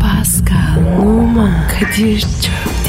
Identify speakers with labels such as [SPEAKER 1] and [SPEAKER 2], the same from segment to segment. [SPEAKER 1] Pascal, Oman, Kadir çok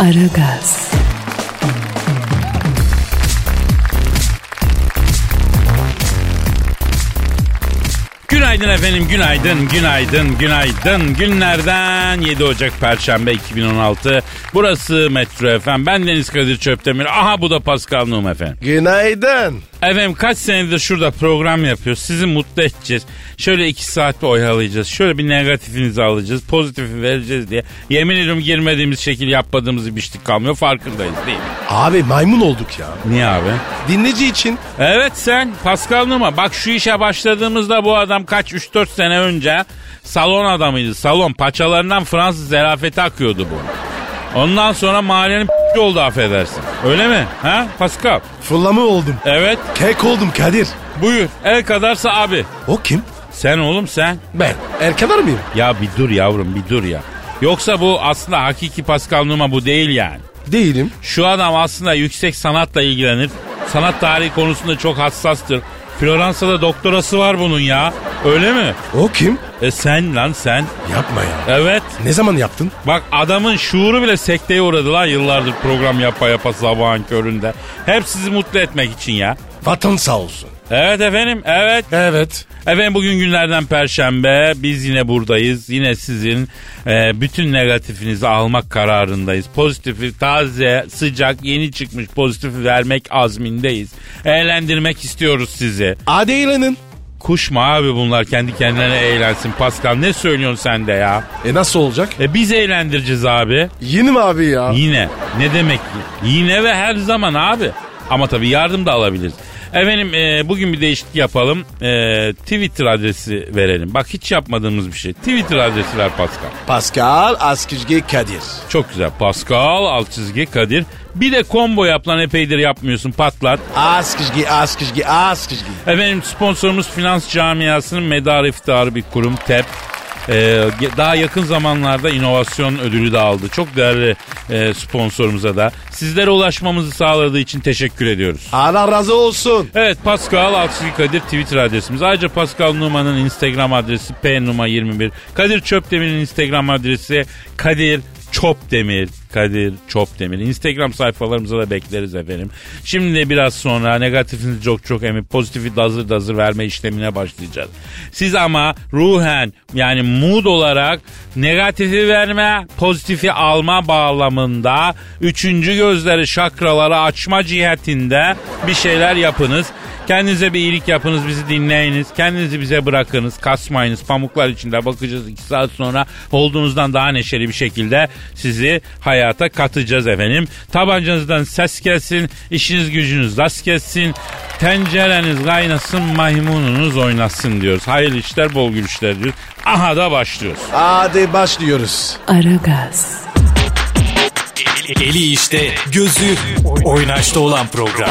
[SPEAKER 1] Aragaz,
[SPEAKER 2] Günaydın efendim, günaydın, günaydın, günaydın. Günlerden 7 Ocak Perşembe 2016. Burası Metro FM. Ben Deniz Kadir Çöptemir. Aha bu da Pascal Numa efendim.
[SPEAKER 3] Günaydın.
[SPEAKER 2] Efendim kaç senedir şurada program yapıyoruz. Sizi mutlu edeceğiz. Şöyle iki saat bir oyalayacağız. Şöyle bir negatifinizi alacağız. Pozitifi vereceğiz diye. Yemin ediyorum girmediğimiz şekil yapmadığımız bir işlik kalmıyor. Farkındayız değil mi?
[SPEAKER 3] Abi maymun olduk ya.
[SPEAKER 2] Niye abi?
[SPEAKER 3] Dinleyici için.
[SPEAKER 2] Evet sen Pascal Numa bak şu işe başladığımızda bu adam kaç 3-4 sene önce salon adamıydı salon paçalarından Fransız zerafeti akıyordu bu. Ondan sonra mahallenin oldu affedersin. Öyle mi? Ha Pascal?
[SPEAKER 3] Fırlama oldum.
[SPEAKER 2] Evet
[SPEAKER 3] Kek oldum Kadir.
[SPEAKER 2] buyur el kadarsa abi.
[SPEAKER 3] O kim?
[SPEAKER 2] Sen oğlum sen.
[SPEAKER 3] Ben. Erkeler miyim?
[SPEAKER 2] Ya bir dur yavrum bir dur ya. Yoksa bu aslında hakiki Pascal Numa bu değil yani.
[SPEAKER 3] Değilim.
[SPEAKER 2] Şu adam aslında yüksek sanatla ilgilenir. Sanat tarihi konusunda çok hassastır. Floransa'da doktorası var bunun ya. Öyle mi?
[SPEAKER 3] O kim?
[SPEAKER 2] E sen lan sen.
[SPEAKER 3] Yapma ya.
[SPEAKER 2] Evet.
[SPEAKER 3] Ne zaman yaptın?
[SPEAKER 2] Bak adamın şuuru bile sekteye uğradı lan yıllardır program yapa yapa sabahın köründe. Hep sizi mutlu etmek için ya.
[SPEAKER 3] Vatan sağ olsun.
[SPEAKER 2] Evet efendim evet.
[SPEAKER 3] Evet.
[SPEAKER 2] Efendim bugün günlerden perşembe biz yine buradayız. Yine sizin e, bütün negatifinizi almak kararındayız. Pozitifi taze sıcak yeni çıkmış pozitifi vermek azmindeyiz. Eğlendirmek istiyoruz sizi.
[SPEAKER 3] Hadi eğlenin.
[SPEAKER 2] Kuşma abi bunlar kendi kendilerine eğlensin Pascal ne söylüyorsun sen de ya.
[SPEAKER 3] E nasıl olacak?
[SPEAKER 2] E biz eğlendireceğiz abi.
[SPEAKER 3] Yeni mi abi ya?
[SPEAKER 2] Yine. Ne demek ki? Yine ve her zaman abi. Ama tabii yardım da alabiliriz. Efendim e, bugün bir değişiklik yapalım. E, Twitter adresi verelim. Bak hiç yapmadığımız bir şey. Twitter adresi ver Pascal.
[SPEAKER 3] Pascal Askizgi Kadir.
[SPEAKER 2] Çok güzel. Pascal alt çizgi Kadir. Bir de combo yap lan epeydir yapmıyorsun patlat.
[SPEAKER 3] Askizgi, Askizgi, Askizgi.
[SPEAKER 2] Efendim sponsorumuz finans camiasının medar iftiharı bir kurum TEP. Ee, ge- daha yakın zamanlarda inovasyon ödülü de aldı. Çok değerli e, sponsorumuza da. Sizlere ulaşmamızı sağladığı için teşekkür ediyoruz.
[SPEAKER 3] Allah razı olsun.
[SPEAKER 2] Evet Pascal Altçızı Kadir Twitter adresimiz. Ayrıca Pascal Numa'nın Instagram adresi pnuma21. Kadir Çöpdemir'in Instagram adresi Kadir Çopdemir. Kadir Çopdemir. Instagram sayfalarımıza da bekleriz efendim. Şimdi de biraz sonra negatifinizi çok çok emip pozitifi dazır dazır verme işlemine başlayacağız. Siz ama ruhen yani mood olarak negatifi verme, pozitifi alma bağlamında üçüncü gözleri şakraları açma cihetinde bir şeyler yapınız. Kendinize bir iyilik yapınız, bizi dinleyiniz. Kendinizi bize bırakınız, kasmayınız. Pamuklar içinde bakacağız. iki saat sonra olduğunuzdan daha neşeli bir şekilde sizi hayata katacağız efendim. Tabancanızdan ses gelsin, işiniz gücünüz rast gelsin. Tencereniz kaynasın, maymununuz oynasın diyoruz. Hayırlı işler, bol gülüşler diyoruz. Aha da başlıyoruz.
[SPEAKER 3] Hadi başlıyoruz.
[SPEAKER 1] Aragaz,
[SPEAKER 4] Eli işte, gözü oynaşta olan program.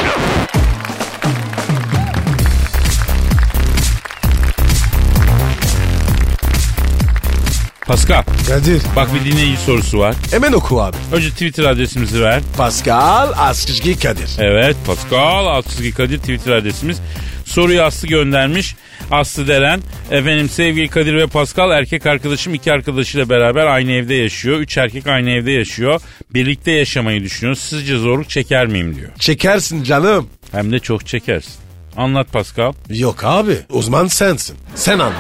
[SPEAKER 2] Pascal,
[SPEAKER 3] Kadir.
[SPEAKER 2] bak bir dinleyici sorusu var.
[SPEAKER 3] Hemen oku abi.
[SPEAKER 2] Önce Twitter adresimizi ver.
[SPEAKER 3] Pascal Askizgi Kadir.
[SPEAKER 2] Evet Pascal Askizgi Kadir Twitter adresimiz. Soruyu Aslı göndermiş. Aslı Deren. Efendim sevgili Kadir ve Pascal erkek arkadaşım iki arkadaşıyla beraber aynı evde yaşıyor. Üç erkek aynı evde yaşıyor. Birlikte yaşamayı düşünüyoruz. Sizce zorluk çeker miyim diyor.
[SPEAKER 3] Çekersin canım.
[SPEAKER 2] Hem de çok çekersin. Anlat Pascal.
[SPEAKER 3] Yok abi. Uzman sensin. Sen anlat.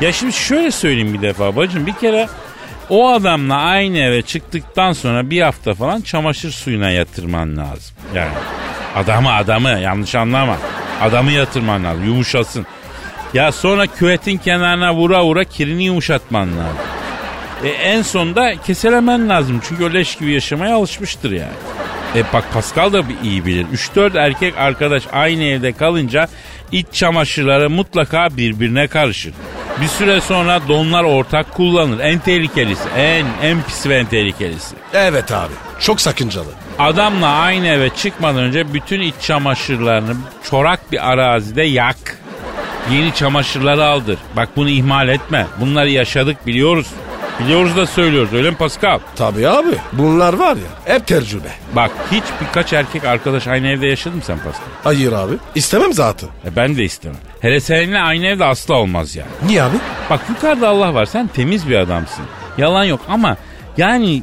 [SPEAKER 2] Ya şimdi şöyle söyleyeyim bir defa bacım. Bir kere o adamla aynı eve çıktıktan sonra bir hafta falan çamaşır suyuna yatırman lazım. Yani adamı adamı yanlış anlama. Adamı yatırman lazım yumuşasın. Ya sonra küvetin kenarına vura vura kirini yumuşatman lazım. E en sonunda keselemen lazım. Çünkü o leş gibi yaşamaya alışmıştır yani. E bak Pascal da bir iyi bilir. 3-4 erkek arkadaş aynı evde kalınca iç çamaşırları mutlaka birbirine karışır. Bir süre sonra donlar ortak kullanır. En tehlikelisi, en en pis ve en tehlikelisi.
[SPEAKER 3] Evet abi. Çok sakıncalı.
[SPEAKER 2] Adamla aynı eve çıkmadan önce bütün iç çamaşırlarını çorak bir arazide yak. Yeni çamaşırları aldır. Bak bunu ihmal etme. Bunları yaşadık biliyoruz. Biliyoruz da söylüyoruz öyle mi Pascal?
[SPEAKER 3] Tabii abi. Bunlar var ya hep tecrübe.
[SPEAKER 2] Bak hiç birkaç erkek arkadaş aynı evde yaşadı mı sen Pascal?
[SPEAKER 3] Hayır abi. İstemem zaten.
[SPEAKER 2] E ben de istemem. Hele seninle aynı evde asla olmaz yani.
[SPEAKER 3] Niye abi?
[SPEAKER 2] Bak yukarıda Allah var sen temiz bir adamsın. Yalan yok ama yani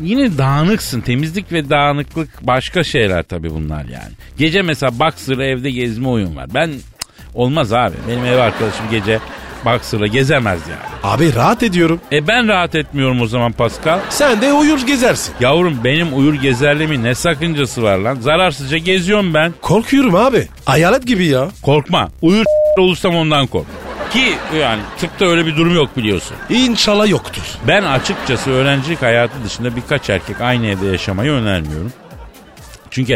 [SPEAKER 2] yine dağınıksın. Temizlik ve dağınıklık başka şeyler tabii bunlar yani. Gece mesela boxer'la evde gezme oyun var. Ben olmaz abi. Benim ev arkadaşım gece boxer'la gezemez yani.
[SPEAKER 3] Abi rahat ediyorum.
[SPEAKER 2] E ben rahat etmiyorum o zaman Pascal.
[SPEAKER 3] Sen de uyur gezersin.
[SPEAKER 2] Yavrum benim uyur gezerliğimin ne sakıncası var lan? Zararsızca geziyorum ben.
[SPEAKER 3] Korkuyorum abi. Hayalet gibi ya.
[SPEAKER 2] Korkma. Uyur olursam ondan kork. Ki yani tıpta öyle bir durum yok biliyorsun.
[SPEAKER 3] İnşallah yoktur.
[SPEAKER 2] Ben açıkçası öğrencilik hayatı dışında birkaç erkek aynı evde yaşamayı önermiyorum. Çünkü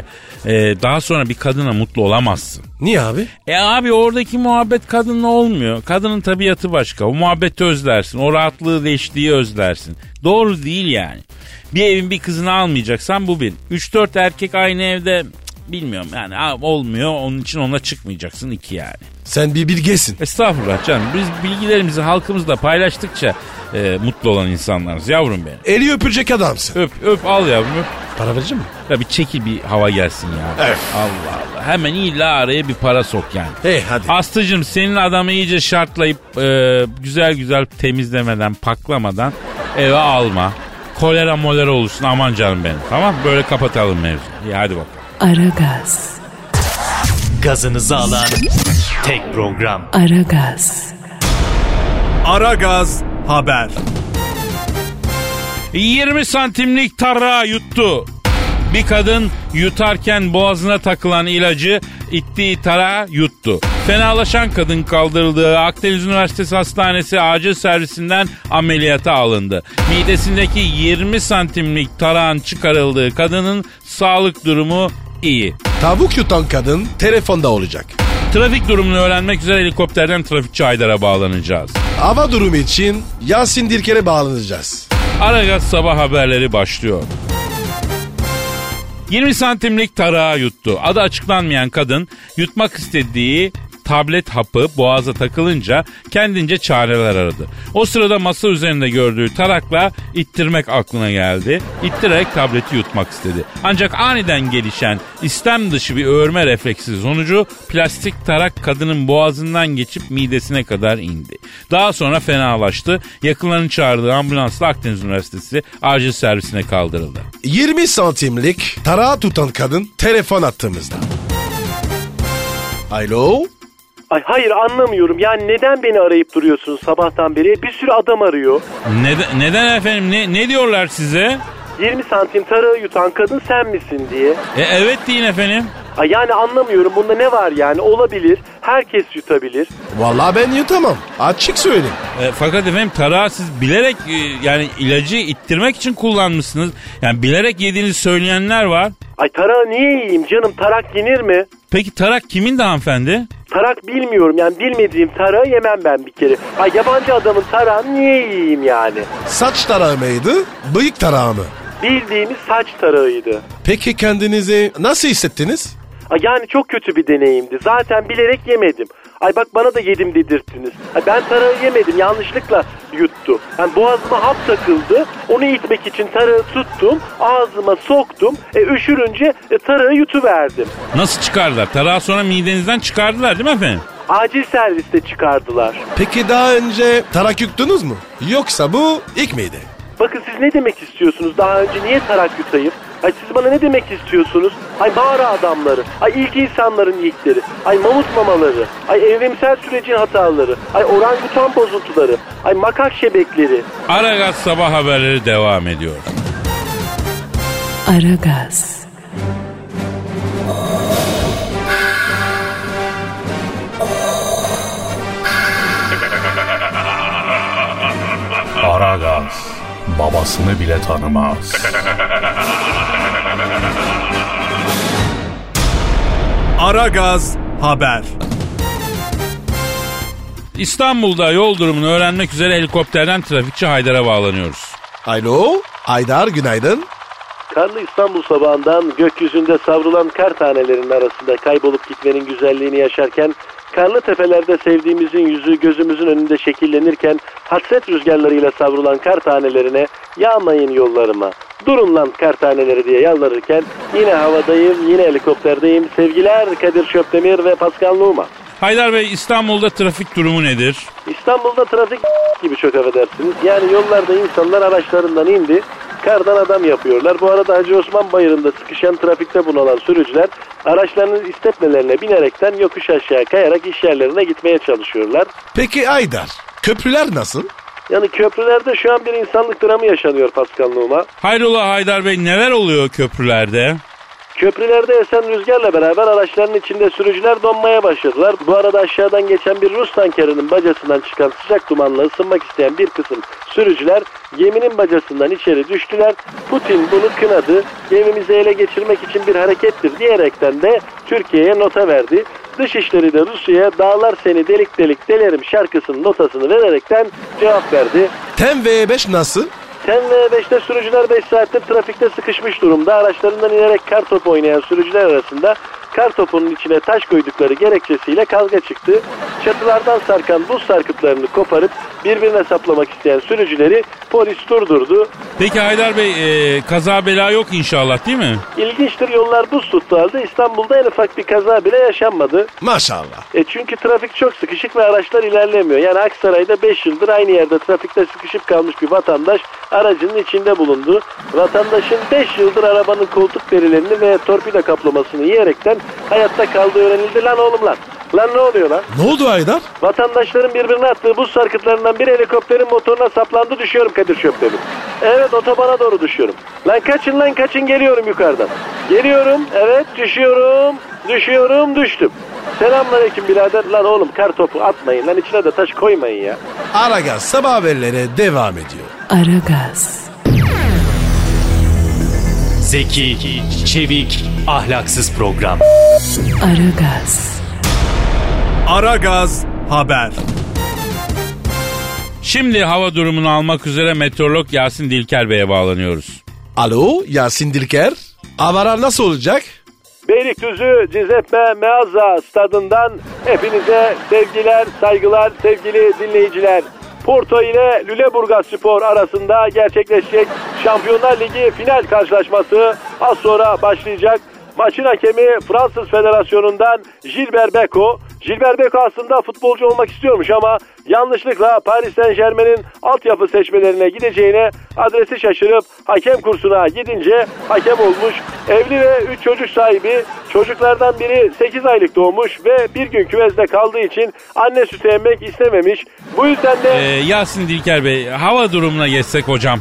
[SPEAKER 2] e, daha sonra bir kadına mutlu olamazsın.
[SPEAKER 3] Niye abi?
[SPEAKER 2] E abi oradaki muhabbet kadınla olmuyor. Kadının tabiatı başka. O muhabbeti özlersin. O rahatlığı değiştiği özlersin. Doğru değil yani. Bir evin bir kızını almayacaksan bu bir. 3-4 erkek aynı evde cık, bilmiyorum yani a- olmuyor. Onun için onunla çıkmayacaksın iki yani.
[SPEAKER 3] Sen bir bilgesin.
[SPEAKER 2] Estağfurullah canım. Biz bilgilerimizi halkımızla paylaştıkça e, mutlu olan insanlarız yavrum benim.
[SPEAKER 3] Eli öpecek adamsın.
[SPEAKER 2] Öp öp al yavrum öp.
[SPEAKER 3] Para verecek mi?
[SPEAKER 2] Ya bir çekil bir hava gelsin ya. Allah Allah. Hemen illa araya bir para sok yani.
[SPEAKER 3] Hey hadi.
[SPEAKER 2] Aslıcım senin adamı iyice şartlayıp e, güzel güzel temizlemeden, paklamadan eve alma. Kolera molera olursun aman canım benim. Tamam Böyle kapatalım mevzu. İyi hadi bakalım.
[SPEAKER 1] Aragaz,
[SPEAKER 4] Gazınızı alan tek program.
[SPEAKER 1] Aragaz,
[SPEAKER 4] Ara Gaz Haber.
[SPEAKER 2] 20 santimlik tarrağı yuttu. Bir kadın yutarken boğazına takılan ilacı ittiği tarağı yuttu. Fenalaşan kadın kaldırıldığı Akdeniz Üniversitesi Hastanesi acil servisinden ameliyata alındı. Midesindeki 20 santimlik tarağın çıkarıldığı kadının sağlık durumu iyi.
[SPEAKER 3] Tavuk yutan kadın telefonda olacak.
[SPEAKER 2] Trafik durumunu öğrenmek üzere helikopterden trafikçi Aydar'a bağlanacağız.
[SPEAKER 3] Hava durumu için Yasin Dirker'e bağlanacağız.
[SPEAKER 2] Aragaz sabah haberleri başlıyor. 20 santimlik tarağı yuttu. Adı açıklanmayan kadın yutmak istediği tablet hapı boğaza takılınca kendince çareler aradı. O sırada masa üzerinde gördüğü tarakla ittirmek aklına geldi. İttirerek tableti yutmak istedi. Ancak aniden gelişen istem dışı bir öğürme refleksi sonucu plastik tarak kadının boğazından geçip midesine kadar indi. Daha sonra fenalaştı. Yakınlarını çağırdığı ambulansla Akdeniz Üniversitesi acil servisine kaldırıldı.
[SPEAKER 3] 20 santimlik tarağı tutan kadın telefon attığımızda. Alo?
[SPEAKER 5] Ay hayır anlamıyorum. Yani neden beni arayıp duruyorsunuz sabahtan beri? Bir sürü adam arıyor.
[SPEAKER 2] Neden, neden efendim? Ne, ne diyorlar size?
[SPEAKER 5] 20 santim tarağı yutan kadın sen misin diye.
[SPEAKER 2] E, evet deyin efendim.
[SPEAKER 5] Ay yani anlamıyorum. Bunda ne var yani? Olabilir. Herkes yutabilir.
[SPEAKER 3] Vallahi ben yutamam. Açık söyleyeyim.
[SPEAKER 2] E, fakat efendim tarağı siz bilerek e, yani ilacı ittirmek için kullanmışsınız. Yani bilerek yediğinizi söyleyenler var.
[SPEAKER 5] Ay tarağı niye yiyeyim canım? Tarak yenir mi?
[SPEAKER 2] Peki tarak kimin de hanımefendi?
[SPEAKER 5] Tarak bilmiyorum yani bilmediğim tarağı yemem ben bir kere. Ay yabancı adamın tarağını niye yiyeyim yani?
[SPEAKER 3] Saç tarağı mıydı, bıyık tarağı mı?
[SPEAKER 5] Bildiğimiz saç tarağıydı.
[SPEAKER 3] Peki kendinizi nasıl hissettiniz?
[SPEAKER 5] Ay yani çok kötü bir deneyimdi. Zaten bilerek yemedim. Ay bak bana da yedim dedirttiniz. Ay ben tarağı yemedim yanlışlıkla yuttu. Yani boğazıma hap takıldı. Onu itmek için tarağı tuttum. Ağzıma soktum. E, üşürünce e, tarağı yutuverdim.
[SPEAKER 2] Nasıl çıkardılar? Tarağı sonra midenizden çıkardılar değil mi efendim?
[SPEAKER 5] Acil serviste çıkardılar.
[SPEAKER 3] Peki daha önce tarak yuttunuz mu? Yoksa bu ilk miydi?
[SPEAKER 5] Bakın siz ne demek istiyorsunuz? Daha önce niye tarak yutayım? Ay siz bana ne demek istiyorsunuz? Ay mağara adamları, ay ilk insanların ilkleri, ay mamut mamaları, ay evrimsel sürecin hataları, ay orangutan bozuntuları, ay makak şebekleri.
[SPEAKER 2] Aragaz sabah haberleri devam ediyor.
[SPEAKER 1] Aragaz,
[SPEAKER 6] Aragaz babasını bile tanımaz.
[SPEAKER 4] Ara Gaz Haber.
[SPEAKER 2] İstanbul'da yol durumunu öğrenmek üzere helikopterden trafikçi Haydar'a bağlanıyoruz.
[SPEAKER 3] Alo. Aydar günaydın.
[SPEAKER 5] Karlı İstanbul sabahından gökyüzünde savrulan kar tanelerinin arasında kaybolup gitmenin güzelliğini yaşarken, karlı tepelerde sevdiğimizin yüzü gözümüzün önünde şekillenirken, hasret rüzgarlarıyla savrulan kar tanelerine yağmayın yollarıma, durun lan kar taneleri diye yalvarırken yine havadayım, yine helikopterdeyim. Sevgiler Kadir Şöpdemir ve Pascal Numa.
[SPEAKER 2] Haydar Bey İstanbul'da trafik durumu nedir?
[SPEAKER 5] İstanbul'da trafik gibi çok affedersiniz. Yani yollarda insanlar araçlarından indi. Kardan adam yapıyorlar. Bu arada Hacı Osman Bayırı'nda sıkışan trafikte bunalan sürücüler araçlarının istetmelerine binerekten yokuş aşağı kayarak iş yerlerine gitmeye çalışıyorlar.
[SPEAKER 3] Peki Aydar. Köprüler nasıl?
[SPEAKER 5] Yani köprülerde şu an bir insanlık dramı yaşanıyor Pascal Numa.
[SPEAKER 2] Hayrola Haydar Bey neler oluyor köprülerde?
[SPEAKER 5] Köprülerde esen rüzgarla beraber araçların içinde sürücüler donmaya başladılar. Bu arada aşağıdan geçen bir Rus tankerinin bacasından çıkan sıcak dumanla ısınmak isteyen bir kısım sürücüler geminin bacasından içeri düştüler. Putin bunu kınadı. Gemimizi ele geçirmek için bir harekettir diyerekten de Türkiye'ye nota verdi. Dışişleri de Rusya'ya dağlar seni delik delik delerim şarkısının notasını vererekten cevap verdi.
[SPEAKER 3] Tem V5 nasıl?
[SPEAKER 5] Sen ve 5'te sürücüler 5 saattir trafikte sıkışmış durumda. Araçlarından inerek kar topu oynayan sürücüler arasında kar topunun içine taş koydukları gerekçesiyle kavga çıktı. Çatılardan sarkan buz sarkıtlarını koparıp birbirine saplamak isteyen sürücüleri polis durdurdu.
[SPEAKER 2] Peki Haydar Bey e, kaza bela yok inşallah değil mi?
[SPEAKER 5] İlginçtir yollar buz tuttu halde İstanbul'da en ufak bir kaza bile yaşanmadı.
[SPEAKER 3] Maşallah.
[SPEAKER 5] E çünkü trafik çok sıkışık ve araçlar ilerlemiyor. Yani Aksaray'da 5 yıldır aynı yerde trafikte sıkışıp kalmış bir vatandaş aracının içinde bulundu. Vatandaşın 5 yıldır arabanın koltuk derilerini ve torpido kaplamasını yiyerekten hayatta kaldığı öğrenildi. Lan oğlum lan. Lan ne oluyor lan?
[SPEAKER 3] Ne oldu Aydar?
[SPEAKER 5] Vatandaşların birbirine attığı buz sarkıtlarından bir helikopterin motoruna saplandı düşüyorum Kadir Şöpdemir. Evet otobana doğru düşüyorum. Lan kaçın lan kaçın geliyorum yukarıdan. Geliyorum evet düşüyorum düşüyorum düştüm. Selamünaleyküm birader. Lan oğlum kar topu atmayın lan içine de taş koymayın ya.
[SPEAKER 3] Aragaz sabah haberlere devam ediyor.
[SPEAKER 1] Aragaz,
[SPEAKER 4] Zeki, çevik, ahlaksız program.
[SPEAKER 1] Aragaz,
[SPEAKER 4] Aragaz Haber.
[SPEAKER 2] Şimdi hava durumunu almak üzere meteorolog Yasin Dilker Bey'e bağlanıyoruz.
[SPEAKER 3] Alo Yasin Dilker. Avara nasıl olacak?
[SPEAKER 5] Beylikdüzü Cizeppe Meazza stadından hepinize sevgiler, saygılar sevgili dinleyiciler. Porto ile Lüleburgaz Spor arasında gerçekleşecek Şampiyonlar Ligi final karşılaşması az sonra başlayacak. Maçın hakemi Fransız Federasyonu'ndan Gilbert Beko. Gilbert Beko aslında futbolcu olmak istiyormuş ama yanlışlıkla Paris Saint Germain'in altyapı seçmelerine gideceğine adresi şaşırıp hakem kursuna gidince hakem olmuş. Evli ve 3 çocuk sahibi çocuklardan biri 8 aylık doğmuş ve bir gün küvezde kaldığı için anne sütü emmek istememiş. Bu yüzden de...
[SPEAKER 2] E, Yasin Dilker Bey hava durumuna geçsek hocam.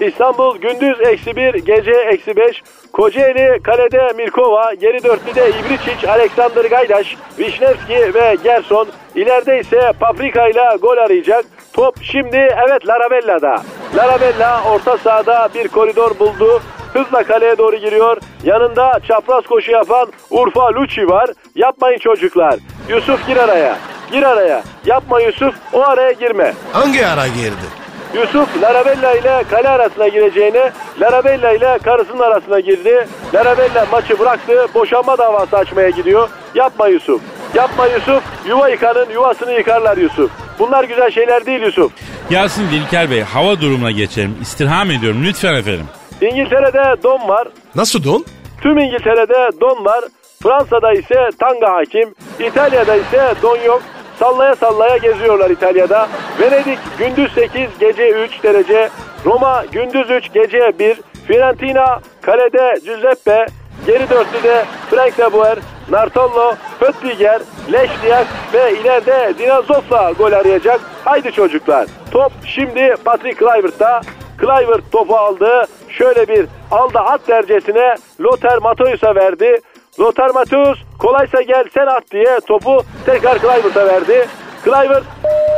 [SPEAKER 5] İstanbul gündüz eksi bir, gece eksi beş. Kocaeli, Kalede, Mirkova, geri dörtlüde İbriçiç, Alexander Gaydaş, Vişnevski ve Gerson. İleride ise Paprika ile gol arayacak. Top şimdi evet Larabella'da. Larabella orta sahada bir koridor buldu. Hızla kaleye doğru giriyor. Yanında çapraz koşu yapan Urfa Lucci var. Yapmayın çocuklar. Yusuf gir araya. Gir araya. Yapma Yusuf o araya girme.
[SPEAKER 3] Hangi ara girdi?
[SPEAKER 5] Yusuf Larabella ile kale arasına gireceğine Larabella ile karısının arasına girdi. Larabella maçı bıraktı. Boşanma davası açmaya gidiyor. Yapma Yusuf. Yapma Yusuf. Yuva yıkanın yuvasını yıkarlar Yusuf. Bunlar güzel şeyler değil Yusuf.
[SPEAKER 2] Yasin Dilker Bey hava durumuna geçelim. İstirham ediyorum lütfen efendim.
[SPEAKER 5] İngiltere'de don var.
[SPEAKER 3] Nasıl don?
[SPEAKER 5] Tüm İngiltere'de don var. Fransa'da ise tanga hakim. İtalya'da ise don yok. Sallaya sallaya geziyorlar İtalya'da. Venedik gündüz 8 gece 3 derece. Roma gündüz 3 gece 1. Fiorentina kalede Giuseppe. Geri dörtlüde Frank de Boer, Nartollo, Höttiger, Leşliyak ve ileride Dinazof'la gol arayacak. Haydi çocuklar. Top şimdi Patrick Kluivert'ta. Kluivert topu aldı. Şöyle bir aldı at dercesine Lothar Matthäus'a verdi. Lothar Matthäus kolaysa gel sen at diye topu tekrar Kluivert'a verdi. Kluivert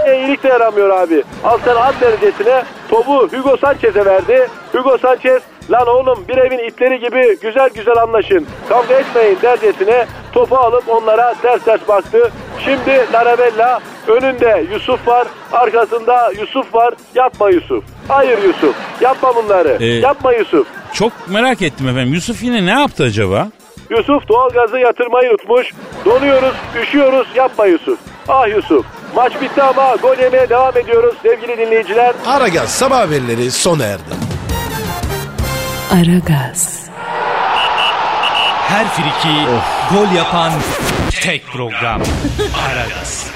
[SPEAKER 5] "E, iyilik de yaramıyor abi. Al sen at dercesine topu Hugo Sanchez'e verdi. Hugo Sanchez lan oğlum bir evin itleri gibi güzel güzel anlaşın. Kavga etmeyin dercesine topu alıp onlara ters ters baktı. Şimdi Larabella Önünde Yusuf var, arkasında Yusuf var. Yapma Yusuf. Hayır Yusuf. Yapma bunları.
[SPEAKER 2] Ee,
[SPEAKER 5] Yapma Yusuf.
[SPEAKER 2] Çok merak ettim efendim. Yusuf yine ne yaptı acaba?
[SPEAKER 5] Yusuf doğalgazı yatırmayı unutmuş. Donuyoruz, üşüyoruz. Yapma Yusuf. Ah Yusuf. Maç bitti ama gol yemeye devam ediyoruz sevgili dinleyiciler.
[SPEAKER 3] Aragaz sabah haberleri sona erdi.
[SPEAKER 1] Aragaz,
[SPEAKER 4] Her friki gol yapan tek program. Aragaz.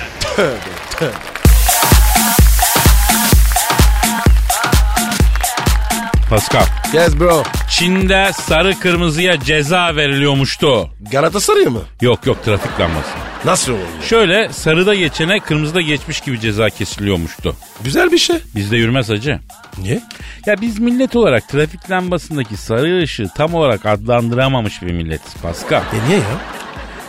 [SPEAKER 2] Pascal.
[SPEAKER 3] Yes bro.
[SPEAKER 2] Çin'de sarı kırmızıya ceza veriliyormuştu.
[SPEAKER 3] Galatasaray mı?
[SPEAKER 2] Yok yok trafik lambası.
[SPEAKER 3] Nasıl oluyor?
[SPEAKER 2] Şöyle sarıda geçene kırmızıda geçmiş gibi ceza kesiliyormuştu.
[SPEAKER 3] Güzel bir şey.
[SPEAKER 2] Bizde yürümez hacı.
[SPEAKER 3] Niye?
[SPEAKER 2] Ya biz millet olarak trafik lambasındaki sarı ışığı tam olarak adlandıramamış bir milletiz Pascal.
[SPEAKER 3] E niye ya?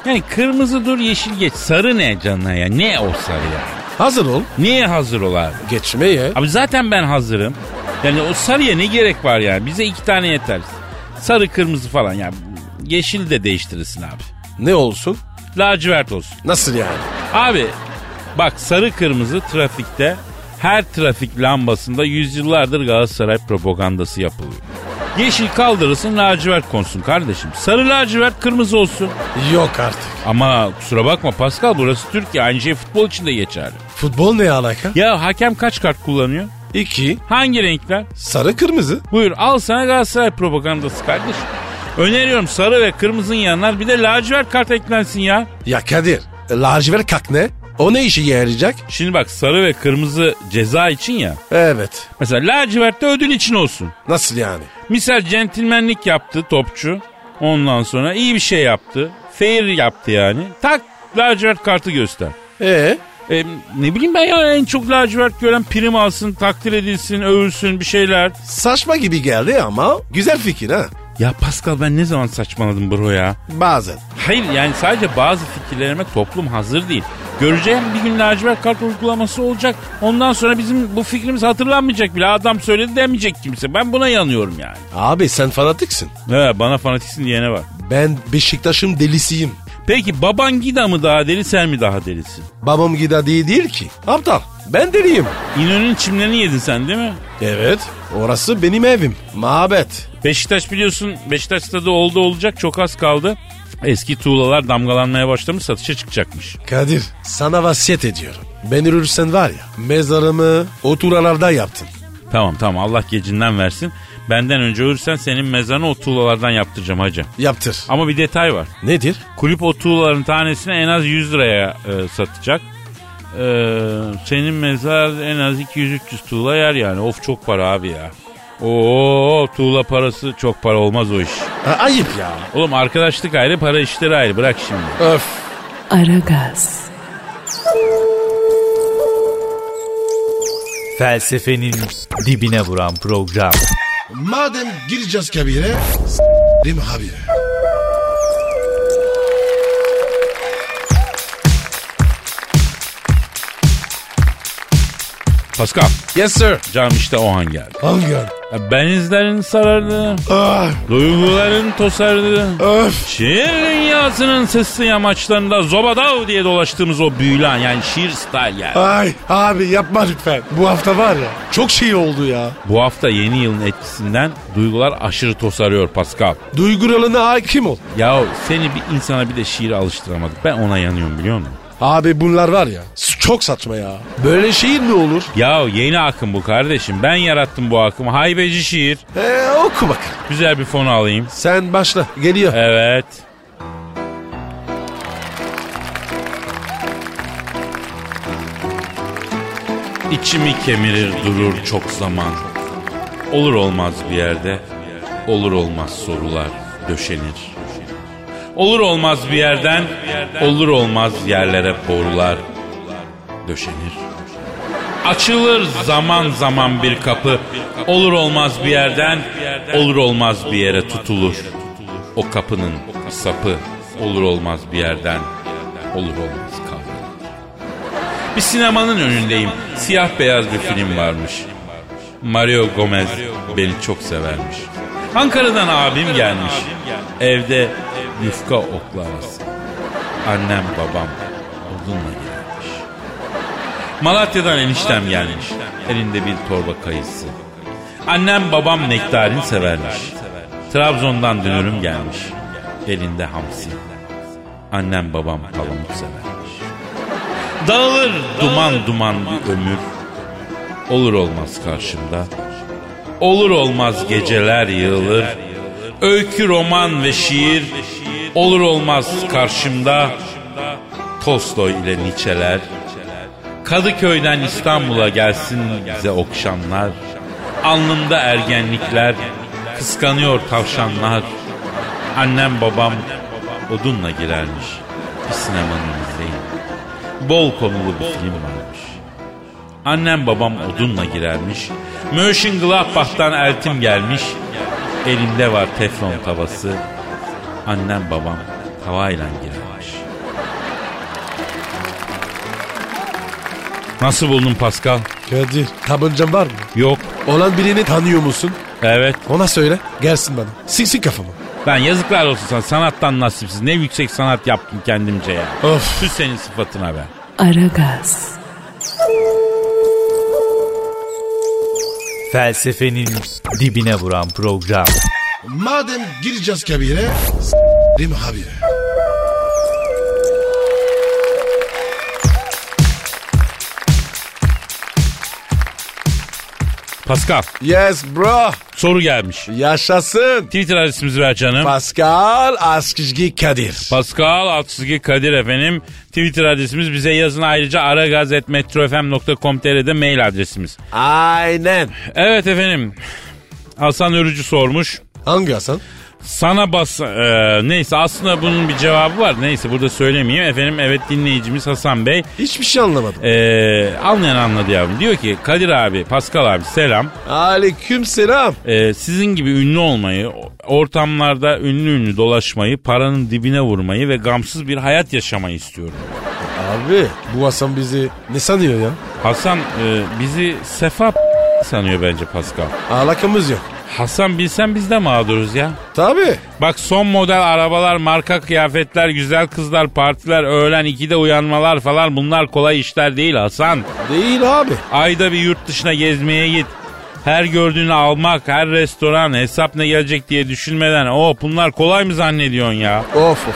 [SPEAKER 2] Yani kırmızı dur yeşil geç sarı ne canına ya ne o sarı ya.
[SPEAKER 3] Hazır ol.
[SPEAKER 2] Niye hazır ol abi?
[SPEAKER 3] Geçmeye.
[SPEAKER 2] Abi zaten ben hazırım. Yani o sarıya ne gerek var yani bize iki tane yeter. Sarı kırmızı falan ya yeşil de değiştirirsin abi.
[SPEAKER 3] Ne olsun?
[SPEAKER 2] Lacivert olsun.
[SPEAKER 3] Nasıl yani?
[SPEAKER 2] Abi bak sarı kırmızı trafikte her trafik lambasında yüzyıllardır Galatasaray propagandası yapılıyor. Yeşil kaldırırsın lacivert konsun kardeşim. Sarı lacivert kırmızı olsun.
[SPEAKER 3] Yok artık.
[SPEAKER 2] Ama kusura bakma Pascal burası Türkiye. Aynı şey futbol için de geçerli.
[SPEAKER 3] Futbol ne alaka?
[SPEAKER 2] Ya hakem kaç kart kullanıyor?
[SPEAKER 3] İki.
[SPEAKER 2] Hangi renkler?
[SPEAKER 3] Sarı kırmızı.
[SPEAKER 2] Buyur al sana Galatasaray propagandası kardeşim. Öneriyorum sarı ve kırmızının yanlar bir de lacivert kart eklensin ya.
[SPEAKER 3] Ya Kadir. e, Lacivert kak ne? O ne işe yarayacak?
[SPEAKER 2] Şimdi bak sarı ve kırmızı ceza için ya.
[SPEAKER 3] Evet.
[SPEAKER 2] Mesela lacivert de ödül için olsun.
[SPEAKER 3] Nasıl yani?
[SPEAKER 2] Misal centilmenlik yaptı topçu. Ondan sonra iyi bir şey yaptı. Fair yaptı yani. Tak lacivert kartı göster.
[SPEAKER 3] E
[SPEAKER 2] E, ne bileyim ben ya en çok lacivert gören prim alsın, takdir edilsin, övülsün bir şeyler.
[SPEAKER 3] saçma gibi geldi ama güzel fikir ha.
[SPEAKER 2] Ya Pascal ben ne zaman saçmaladım bro ya?
[SPEAKER 3] Bazen.
[SPEAKER 2] Hayır yani sadece bazı fikirlerime toplum hazır değil. Göreceğim bir gün lacivert kart uygulaması olacak. Ondan sonra bizim bu fikrimiz hatırlanmayacak bile. Adam söyledi demeyecek kimse. Ben buna yanıyorum yani.
[SPEAKER 3] Abi sen fanatiksin.
[SPEAKER 2] He bana fanatiksin diyene var.
[SPEAKER 3] Ben Beşiktaş'ın delisiyim.
[SPEAKER 2] Peki baban Gida mı daha deli sen mi daha delisin?
[SPEAKER 3] Babam gida değil değil ki. Aptal. Ben deliyim.
[SPEAKER 2] İnönü'nün çimlerini yedin sen değil mi?
[SPEAKER 3] Evet. Orası benim evim. Mabet.
[SPEAKER 2] Beşiktaş biliyorsun Beşiktaş stadı oldu olacak çok az kaldı. Eski tuğlalar damgalanmaya başlamış satışa çıkacakmış.
[SPEAKER 3] Kadir sana vasiyet ediyorum. Ben ölürsen var ya mezarımı oturalarda yaptın.
[SPEAKER 2] Tamam tamam Allah gecinden versin. Benden önce ölürsen senin mezanı o tuğlalardan yaptıracağım hacı.
[SPEAKER 3] Yaptır.
[SPEAKER 2] Ama bir detay var.
[SPEAKER 3] Nedir?
[SPEAKER 2] Kulüp o tuğlaların tanesini en az 100 liraya e, satacak. E, senin mezar en az 200-300 tuğla yer yani. Of çok para abi ya. Oo tuğla parası çok para olmaz o iş.
[SPEAKER 3] Ha, ayıp ya.
[SPEAKER 2] Oğlum arkadaşlık ayrı para işleri ayrı bırak şimdi.
[SPEAKER 3] Öf.
[SPEAKER 1] Aragaz,
[SPEAKER 4] Felsefenin dibine vuran program.
[SPEAKER 3] Madem gireceğiz kabire s**rim abi.
[SPEAKER 2] Pascal
[SPEAKER 3] Yes sir.
[SPEAKER 2] cam işte o an geldi.
[SPEAKER 3] Hangar.
[SPEAKER 2] Benizlerin sarardı,
[SPEAKER 3] Ah,
[SPEAKER 2] duyguların tosardı.
[SPEAKER 3] öf.
[SPEAKER 2] Şiir dünyasının sesli yamaçlarında zobadav diye dolaştığımız o büyülen yani şiir style yani.
[SPEAKER 3] Ay abi yapma lütfen. Bu hafta var ya çok şey oldu ya.
[SPEAKER 2] Bu hafta yeni yılın etkisinden duygular aşırı tosarıyor Pascal.
[SPEAKER 3] Duyguralına hakim ol.
[SPEAKER 2] Ya seni bir insana bir de şiire alıştıramadık. Ben ona yanıyorum biliyor musun?
[SPEAKER 3] Abi bunlar var ya s- çok saçma ya. Böyle şiir mi olur?
[SPEAKER 2] Ya yeni akım bu kardeşim. Ben yarattım bu akımı. Haybeci şiir.
[SPEAKER 3] Ee, oku bakalım.
[SPEAKER 2] Güzel bir fon alayım.
[SPEAKER 3] Sen başla geliyor.
[SPEAKER 2] Evet. İçimi kemirir durur çok zaman. Olur olmaz bir yerde, olur olmaz sorular döşenir. Olur olmaz bir yerden, olur olmaz yerlere borular döşenir. Açılır zaman zaman bir kapı, olur olmaz bir yerden, olur olmaz bir yere tutulur. O kapının sapı olur olmaz bir yerden, olur olmaz kavranır. Bir sinemanın önündeyim, siyah beyaz bir film varmış. Mario Gomez beni çok severmiş. Ankara'dan abim gelmiş. Evde yufka oklavası. Annem babam odunla gelmiş. Malatya'dan eniştem gelmiş. Elinde bir torba kayısı. Annem babam nektarin severmiş. Trabzon'dan dönürüm gelmiş. Elinde hamsi. Annem babam palamut severmiş. Dağılır duman duman bir ömür. Olur olmaz karşımda. Olur olmaz geceler yığılır. Öykü roman ve şiir. Olur olmaz karşımda. Tolstoy ile Nietzsche'ler. Kadıköy'den İstanbul'a gelsin bize okşanlar. Alnımda ergenlikler, kıskanıyor tavşanlar. Annem babam odunla girermiş bir sinemanın izleyin. Bol konulu bir film varmış. Annem babam odunla girermiş. Mönchengladbach'tan eltim gelmiş. Elimde var teflon tavası. Annem babam tavayla girermiş. Nasıl buldun Pascal?
[SPEAKER 3] Kadir tabancam var mı?
[SPEAKER 2] Yok.
[SPEAKER 3] Olan birini tanıyor musun?
[SPEAKER 2] Evet.
[SPEAKER 3] Ona söyle gelsin bana. Siksin kafamı.
[SPEAKER 2] Ben yazıklar olsun sana. Sanattan nasipsiz. Ne yüksek sanat yaptım kendimce ya.
[SPEAKER 3] Of.
[SPEAKER 2] Şu senin sıfatına be.
[SPEAKER 1] Aragaz,
[SPEAKER 4] Felsefenin dibine vuran program.
[SPEAKER 3] Madem gireceğiz kabire s**rim habire.
[SPEAKER 2] Pascal
[SPEAKER 3] Yes bro.
[SPEAKER 2] soru gelmiş.
[SPEAKER 3] Yaşasın.
[SPEAKER 2] Twitter adresimizi ver canım.
[SPEAKER 3] Pascal Askizgi Kadir.
[SPEAKER 2] Pascal Askizgi Kadir efendim. Twitter adresimiz bize yazın. Ayrıca aragazetmetrofm.com.tr'de mail adresimiz.
[SPEAKER 3] Aynen.
[SPEAKER 2] Evet efendim. Hasan Örücü sormuş.
[SPEAKER 3] Hangi Hasan?
[SPEAKER 2] Sana bas... e, neyse aslında bunun bir cevabı var. Neyse burada söylemeyeyim. Efendim evet dinleyicimiz Hasan Bey.
[SPEAKER 3] Hiçbir şey anlamadım.
[SPEAKER 2] Ee, anlayan anladı yavrum. Diyor ki Kadir abi, Pascal abi selam.
[SPEAKER 3] Aleyküm selam.
[SPEAKER 2] Ee, sizin gibi ünlü olmayı, ortamlarda ünlü ünlü dolaşmayı, paranın dibine vurmayı ve gamsız bir hayat yaşamayı istiyorum.
[SPEAKER 3] Abi bu Hasan bizi ne sanıyor ya?
[SPEAKER 2] Hasan e, bizi sefa sanıyor bence Pascal.
[SPEAKER 3] Alakamız yok.
[SPEAKER 2] Hasan bilsen biz de mağduruz ya.
[SPEAKER 3] Tabi.
[SPEAKER 2] Bak son model arabalar, marka kıyafetler, güzel kızlar, partiler, öğlen 2'de uyanmalar falan bunlar kolay işler değil Hasan.
[SPEAKER 3] Değil abi.
[SPEAKER 2] Ayda bir yurt dışına gezmeye git. Her gördüğünü almak, her restoran, hesap ne gelecek diye düşünmeden o bunlar kolay mı zannediyorsun ya?
[SPEAKER 3] Of of of.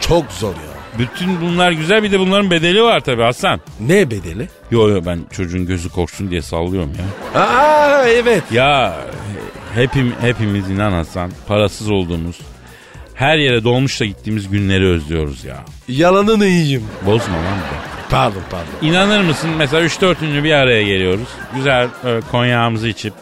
[SPEAKER 3] Çok zor ya.
[SPEAKER 2] Bütün bunlar güzel bir de bunların bedeli var tabii Hasan.
[SPEAKER 3] Ne bedeli?
[SPEAKER 2] Yo yo ben çocuğun gözü korksun diye sallıyorum ya.
[SPEAKER 3] Aa evet.
[SPEAKER 2] Ya hepim, hepimiz inan Hasan parasız olduğumuz her yere dolmuşla gittiğimiz günleri özlüyoruz ya.
[SPEAKER 3] Yalanını yiyeyim.
[SPEAKER 2] Bozma lan bu.
[SPEAKER 3] Pardon pardon.
[SPEAKER 2] İnanır mısın mesela 3-4 ünlü bir araya geliyoruz. Güzel e, konyağımızı içip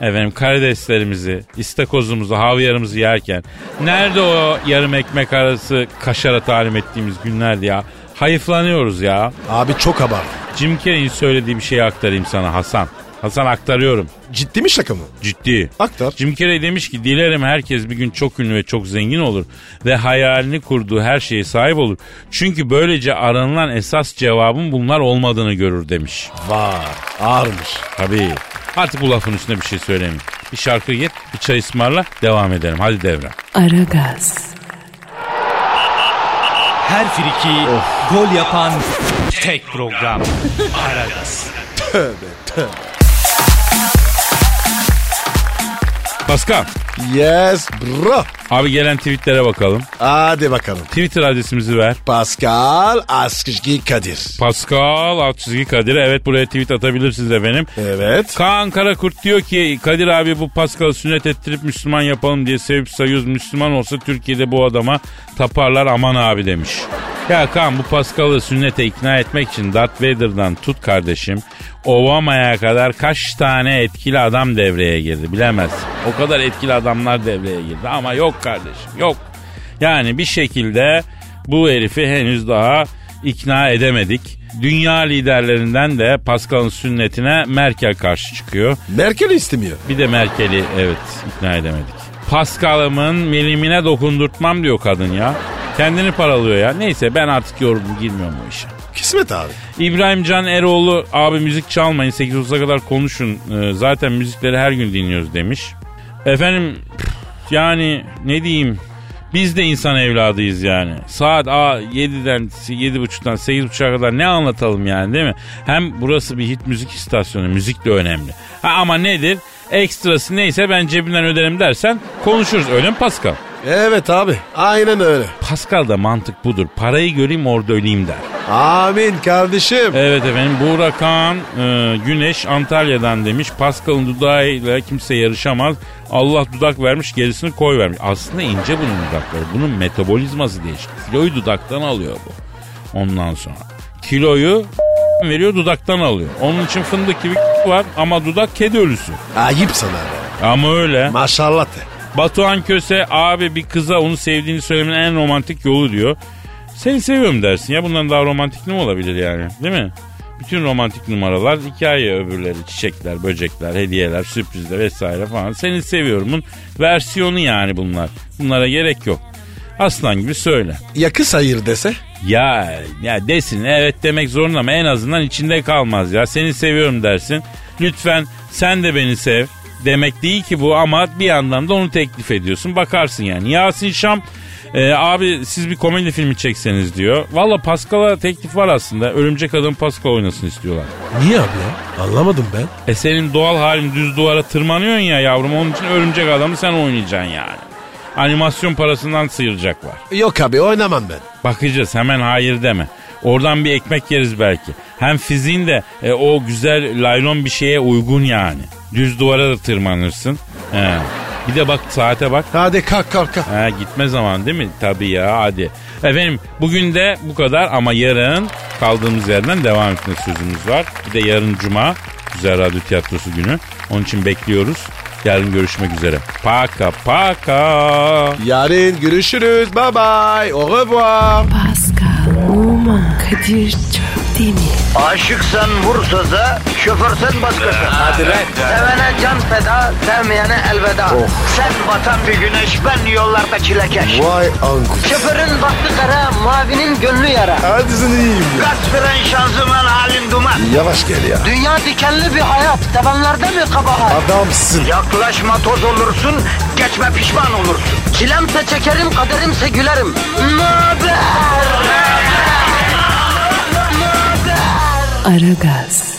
[SPEAKER 2] efendim karideslerimizi, istakozumuzu, havyarımızı yerken nerede o yarım ekmek arası kaşara talim ettiğimiz günlerdi ya. Hayıflanıyoruz ya.
[SPEAKER 3] Abi çok abar.
[SPEAKER 2] Jim Carrey'in söylediği bir şeyi aktarayım sana Hasan. Hasan aktarıyorum.
[SPEAKER 3] Ciddi mi şaka mı?
[SPEAKER 2] Ciddi.
[SPEAKER 3] Aktar.
[SPEAKER 2] Jim Carrey demiş ki dilerim herkes bir gün çok ünlü ve çok zengin olur ve hayalini kurduğu her şeye sahip olur. Çünkü böylece aranılan esas cevabın bunlar olmadığını görür demiş.
[SPEAKER 3] Var. Ağırmış.
[SPEAKER 2] Tabii. Artık bu lafın üstüne bir şey söylemeyeyim. Bir şarkı git, bir çay ısmarla, devam edelim. Hadi devre.
[SPEAKER 1] Aragaz,
[SPEAKER 4] Her friki gol yapan tek program. Aragaz.
[SPEAKER 2] Pascal,
[SPEAKER 3] Yes bro.
[SPEAKER 2] abi gelen tweetlere bakalım.
[SPEAKER 3] Hadi bakalım.
[SPEAKER 2] Twitter adresimizi ver.
[SPEAKER 3] Pascal Askizgi Kadir.
[SPEAKER 2] Pascal alt çizgi Kadir. Evet buraya tweet atabilirsiniz efendim.
[SPEAKER 3] Evet.
[SPEAKER 2] Kaan Karakurt diyor ki Kadir abi bu Paskal'ı sünnet ettirip Müslüman yapalım diye sevip sayıyoruz. Müslüman olsa Türkiye'de bu adama taparlar aman abi demiş. Ya Kaan bu Paskal'ı sünnete ikna etmek için Darth Vader'dan tut kardeşim. Obama'ya kadar kaç tane etkili adam devreye girdi bilemezsin. O kadar etkili adamlar devreye girdi ama yok kardeşim yok. Yani bir şekilde bu herifi henüz daha ikna edemedik. Dünya liderlerinden de Pascal'ın sünnetine Merkel karşı çıkıyor.
[SPEAKER 3] Merkel istemiyor.
[SPEAKER 2] Bir de Merkel'i evet ikna edemedik. Pascal'ımın milimine dokundurtmam diyor kadın ya. Kendini paralıyor ya. Neyse ben artık yoruldum girmiyorum bu işe.
[SPEAKER 3] Kismet abi.
[SPEAKER 2] İbrahim Can Eroğlu abi müzik çalmayın 8.30'a kadar konuşun. Ee, zaten müzikleri her gün dinliyoruz demiş. Efendim yani ne diyeyim Biz de insan evladıyız yani. Saat a 7'den 7.30'dan 8.30'a kadar ne anlatalım yani değil mi? Hem burası bir hit müzik istasyonu. Müzik de önemli. Ha ama nedir? Ekstrası neyse ben cebimden öderim dersen konuşuruz. Öyle mi Pascal?
[SPEAKER 3] Evet abi. Aynen öyle.
[SPEAKER 2] Pascal da mantık budur. Parayı göreyim orada öleyim der.
[SPEAKER 3] Amin kardeşim.
[SPEAKER 2] Evet efendim Buğra Kağan e, Güneş Antalya'dan demiş. Pascal'ın dudağıyla kimse yarışamaz. Allah dudak vermiş gerisini koy vermiş. Aslında ince bunun dudakları. Bunun metabolizması değişik. Kiloyu dudaktan alıyor bu. Ondan sonra. Kiloyu veriyor dudaktan alıyor. Onun için fındık gibi var ama dudak kedi ölüsü.
[SPEAKER 3] Ayıp sana be.
[SPEAKER 2] Ama öyle.
[SPEAKER 3] Maşallah de.
[SPEAKER 2] Batuhan Köse abi bir kıza onu sevdiğini söylemenin en romantik yolu diyor. Seni seviyorum dersin ya bundan daha romantik ne olabilir yani değil mi? Bütün romantik numaralar hikaye öbürleri çiçekler, böcekler, hediyeler, sürprizler vesaire falan. Seni seviyorumun versiyonu yani bunlar. Bunlara gerek yok. Aslan gibi söyle.
[SPEAKER 3] Ya kız hayır dese?
[SPEAKER 2] Ya ya desin evet demek zorunda ama en azından içinde kalmaz ya. Seni seviyorum dersin. Lütfen sen de beni sev demek değil ki bu ama bir yandan da onu teklif ediyorsun. Bakarsın yani. Yasin Şam e, abi siz bir komedi filmi çekseniz diyor. Valla Pascal'a teklif var aslında. Örümcek Adam Pascal oynasın istiyorlar.
[SPEAKER 3] Niye abi ya? Anlamadım ben.
[SPEAKER 2] E senin doğal halin düz duvara tırmanıyorsun ya yavrum. Onun için örümcek adamı sen oynayacaksın yani. Animasyon parasından sıyıracaklar.
[SPEAKER 3] Yok abi oynamam ben.
[SPEAKER 2] Bakacağız hemen hayır deme. Oradan bir ekmek yeriz belki. Hem fiziğin de e, o güzel laylon bir şeye uygun yani. Düz duvara da tırmanırsın. He. Bir de bak saate bak.
[SPEAKER 3] Hadi kalk kalk kalk.
[SPEAKER 2] Ha, gitme zaman değil mi? Tabii ya hadi. Efendim bugün de bu kadar ama yarın kaldığımız yerden devam etme sözümüz var. Bir de yarın cuma güzel radyo tiyatrosu günü. Onun için bekliyoruz. Yarın görüşmek üzere. Paka paka.
[SPEAKER 3] Yarın görüşürüz. Bye bye. Au revoir.
[SPEAKER 1] Pascal, Oman, Kadir çok değil mi?
[SPEAKER 7] Aşıksan vursa da şoförsen başkasın. Hadi
[SPEAKER 3] lan.
[SPEAKER 7] Sevene can feda, sevmeyene elveda. Sen batan bir güneş, ben yollarda çilekeş.
[SPEAKER 3] Vay anku.
[SPEAKER 7] Şoförün baktı kara, mavinin gönlü yara.
[SPEAKER 3] Hadi sen iyiyim ya.
[SPEAKER 7] Kasperen şanzıman halin duman.
[SPEAKER 3] Yavaş gel ya.
[SPEAKER 7] Dünya dikenli bir hayat, sevenlerde mi kabahar?
[SPEAKER 3] Adamsın.
[SPEAKER 7] Yaklaşma toz olursun, geçme pişman olursun. Çilemse çekerim, kaderimse gülerim. Möber!
[SPEAKER 1] Aragaz.